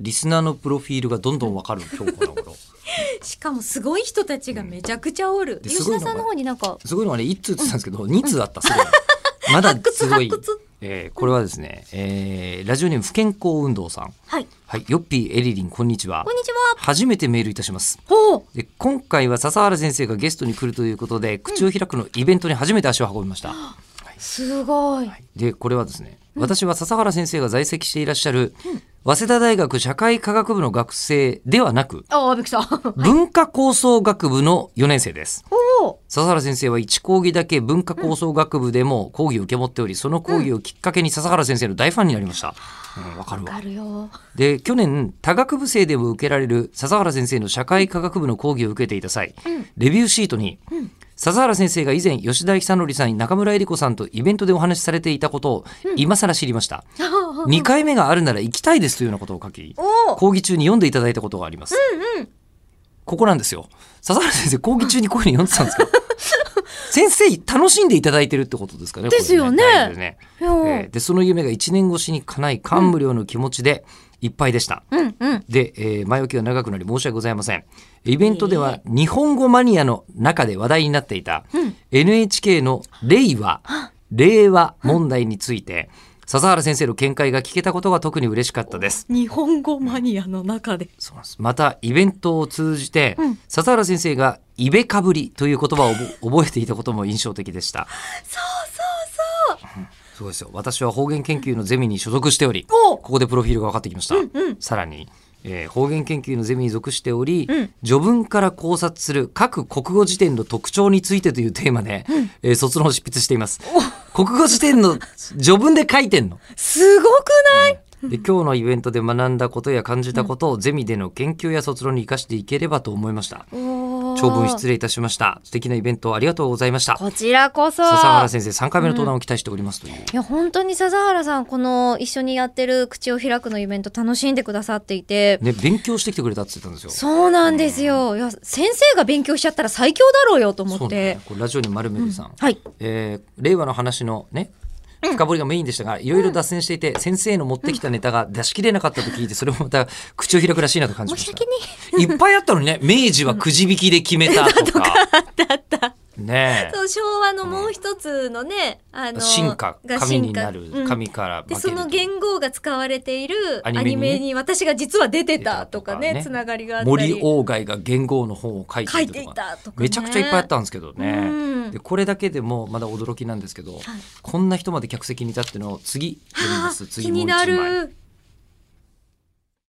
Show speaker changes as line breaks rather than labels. リスナーのプロフィールがどんどんわか る今日この頃
しかもすごい人たちがめちゃくちゃおる。
です
吉田さんの方になんか、
すごいのはね1通って言ってたんですけど2通あったすごい まだすごい
発掘発掘、
えーこれはですね、えーラジオネーム不健康運動さん
はい、
はいヨッピーエリリンこんにちは
こんにちは。
初めてメールいたします
ほう。
で今回は笹原先生がゲストに来るということで口を開くのイベントに初めて足を運びました、
すごい。
でこれはですね、私は笹原先生が在籍していらっしゃる、早稲田大学社会科学部の学生ではなく
ああ、びっくりした。
文化構想学部の4年生です
ほう。
笹原先生は1講義だけ文化構想学部でも講義を受け持っておりその講義をきっかけに笹原先生の大ファンになりましたうんわ、かる
わ
わ
かるよ。
で去年多学部生でも受けられる笹原先生の社会科学部の講義を受けていた際、レビューシートに、笹原先生が以前吉田久典さん中村江里子さんとイベントでお話しされていたことを今更知りました、2回目があるなら行きたいですというようなことを書き
おお。
講義中に読んでいただいたことがあります、ここなんですよ笹原先生講義中にこういうふうに読んでたん ですけど先生楽しんでいただいてるってことですかね
ですよね
これだいぶね
いやー
えーでその夢が1年越しに叶い感無量の気持ちでいっぱいでした、
うんうん。
で、えー前置きが長くなり申し訳ございませんイベントでは日本語マニアの中で話題になっていた NHK の「令和」令和問題について笹原先生の見解が聞けたことが特に嬉しかったです
日本語マニアの中で。
そうなんですまたイベントを通じて、笹原先生が「イベかぶり」という言葉を覚 覚えていたことも印象的でしたそうそうそう、うんそうですよ私は方言研究のゼミに所属しており
お
ここでプロフィールが分かってきました、
うん
さらに、えー方言研究のゼミに属しており、
うん
序文から考察する各国語辞典の特徴についてというテーマで、えー卒論を執筆しています国語辞典の 序文で書いてんの
すごくない
で今日のイベントで学んだことや感じたことをゼミでの研究や卒論に生かしていければと思いました
おお。
長文失礼いたしました素敵なイベントをありがとうございました
こちらこそ。
笹原先生3回目の登壇を期待しておりますという、
いや本当に笹原さんこの一緒にやってる口を開くのイベント楽しんでくださっていて、
ね勉強してきてくれたって言ってたんですよ
そうなんですよいや先生が勉強しちゃったら最強だろうよと思
そ
っ
うだね
て、
これラジオに丸めぐさん、
はい
えー令和の話のね深掘りがメインでしたがいろいろ脱線していて、先生の持ってきたネタが出し切れなかったと聞いてそれもまた口を開くらしいなと感じま
申
し
した訳ね
いっぱいあったのにね明治はくじ引きで決めた とか
だった
ねえ
そう昭和のもう一つのね、あの
進化
が
紙に
進化
なる
うん
紙から化け
で
る
その言語が使われている
ア
ア
ニメに
ニメに私が実は出てたとか
出てたとかね
ねつながりがあった
森
り
鴎外が元号の本を書い
書い
て
て
い
い
たとか
たとか、ね、
めちゃくちゃいっぱいあったんですけど
う
ね
ん
でこれだけでもまだ驚きなんですけどこんな人まで客席にいたってのを次読みます
あ
次
気
もう
に
一
な
枚
る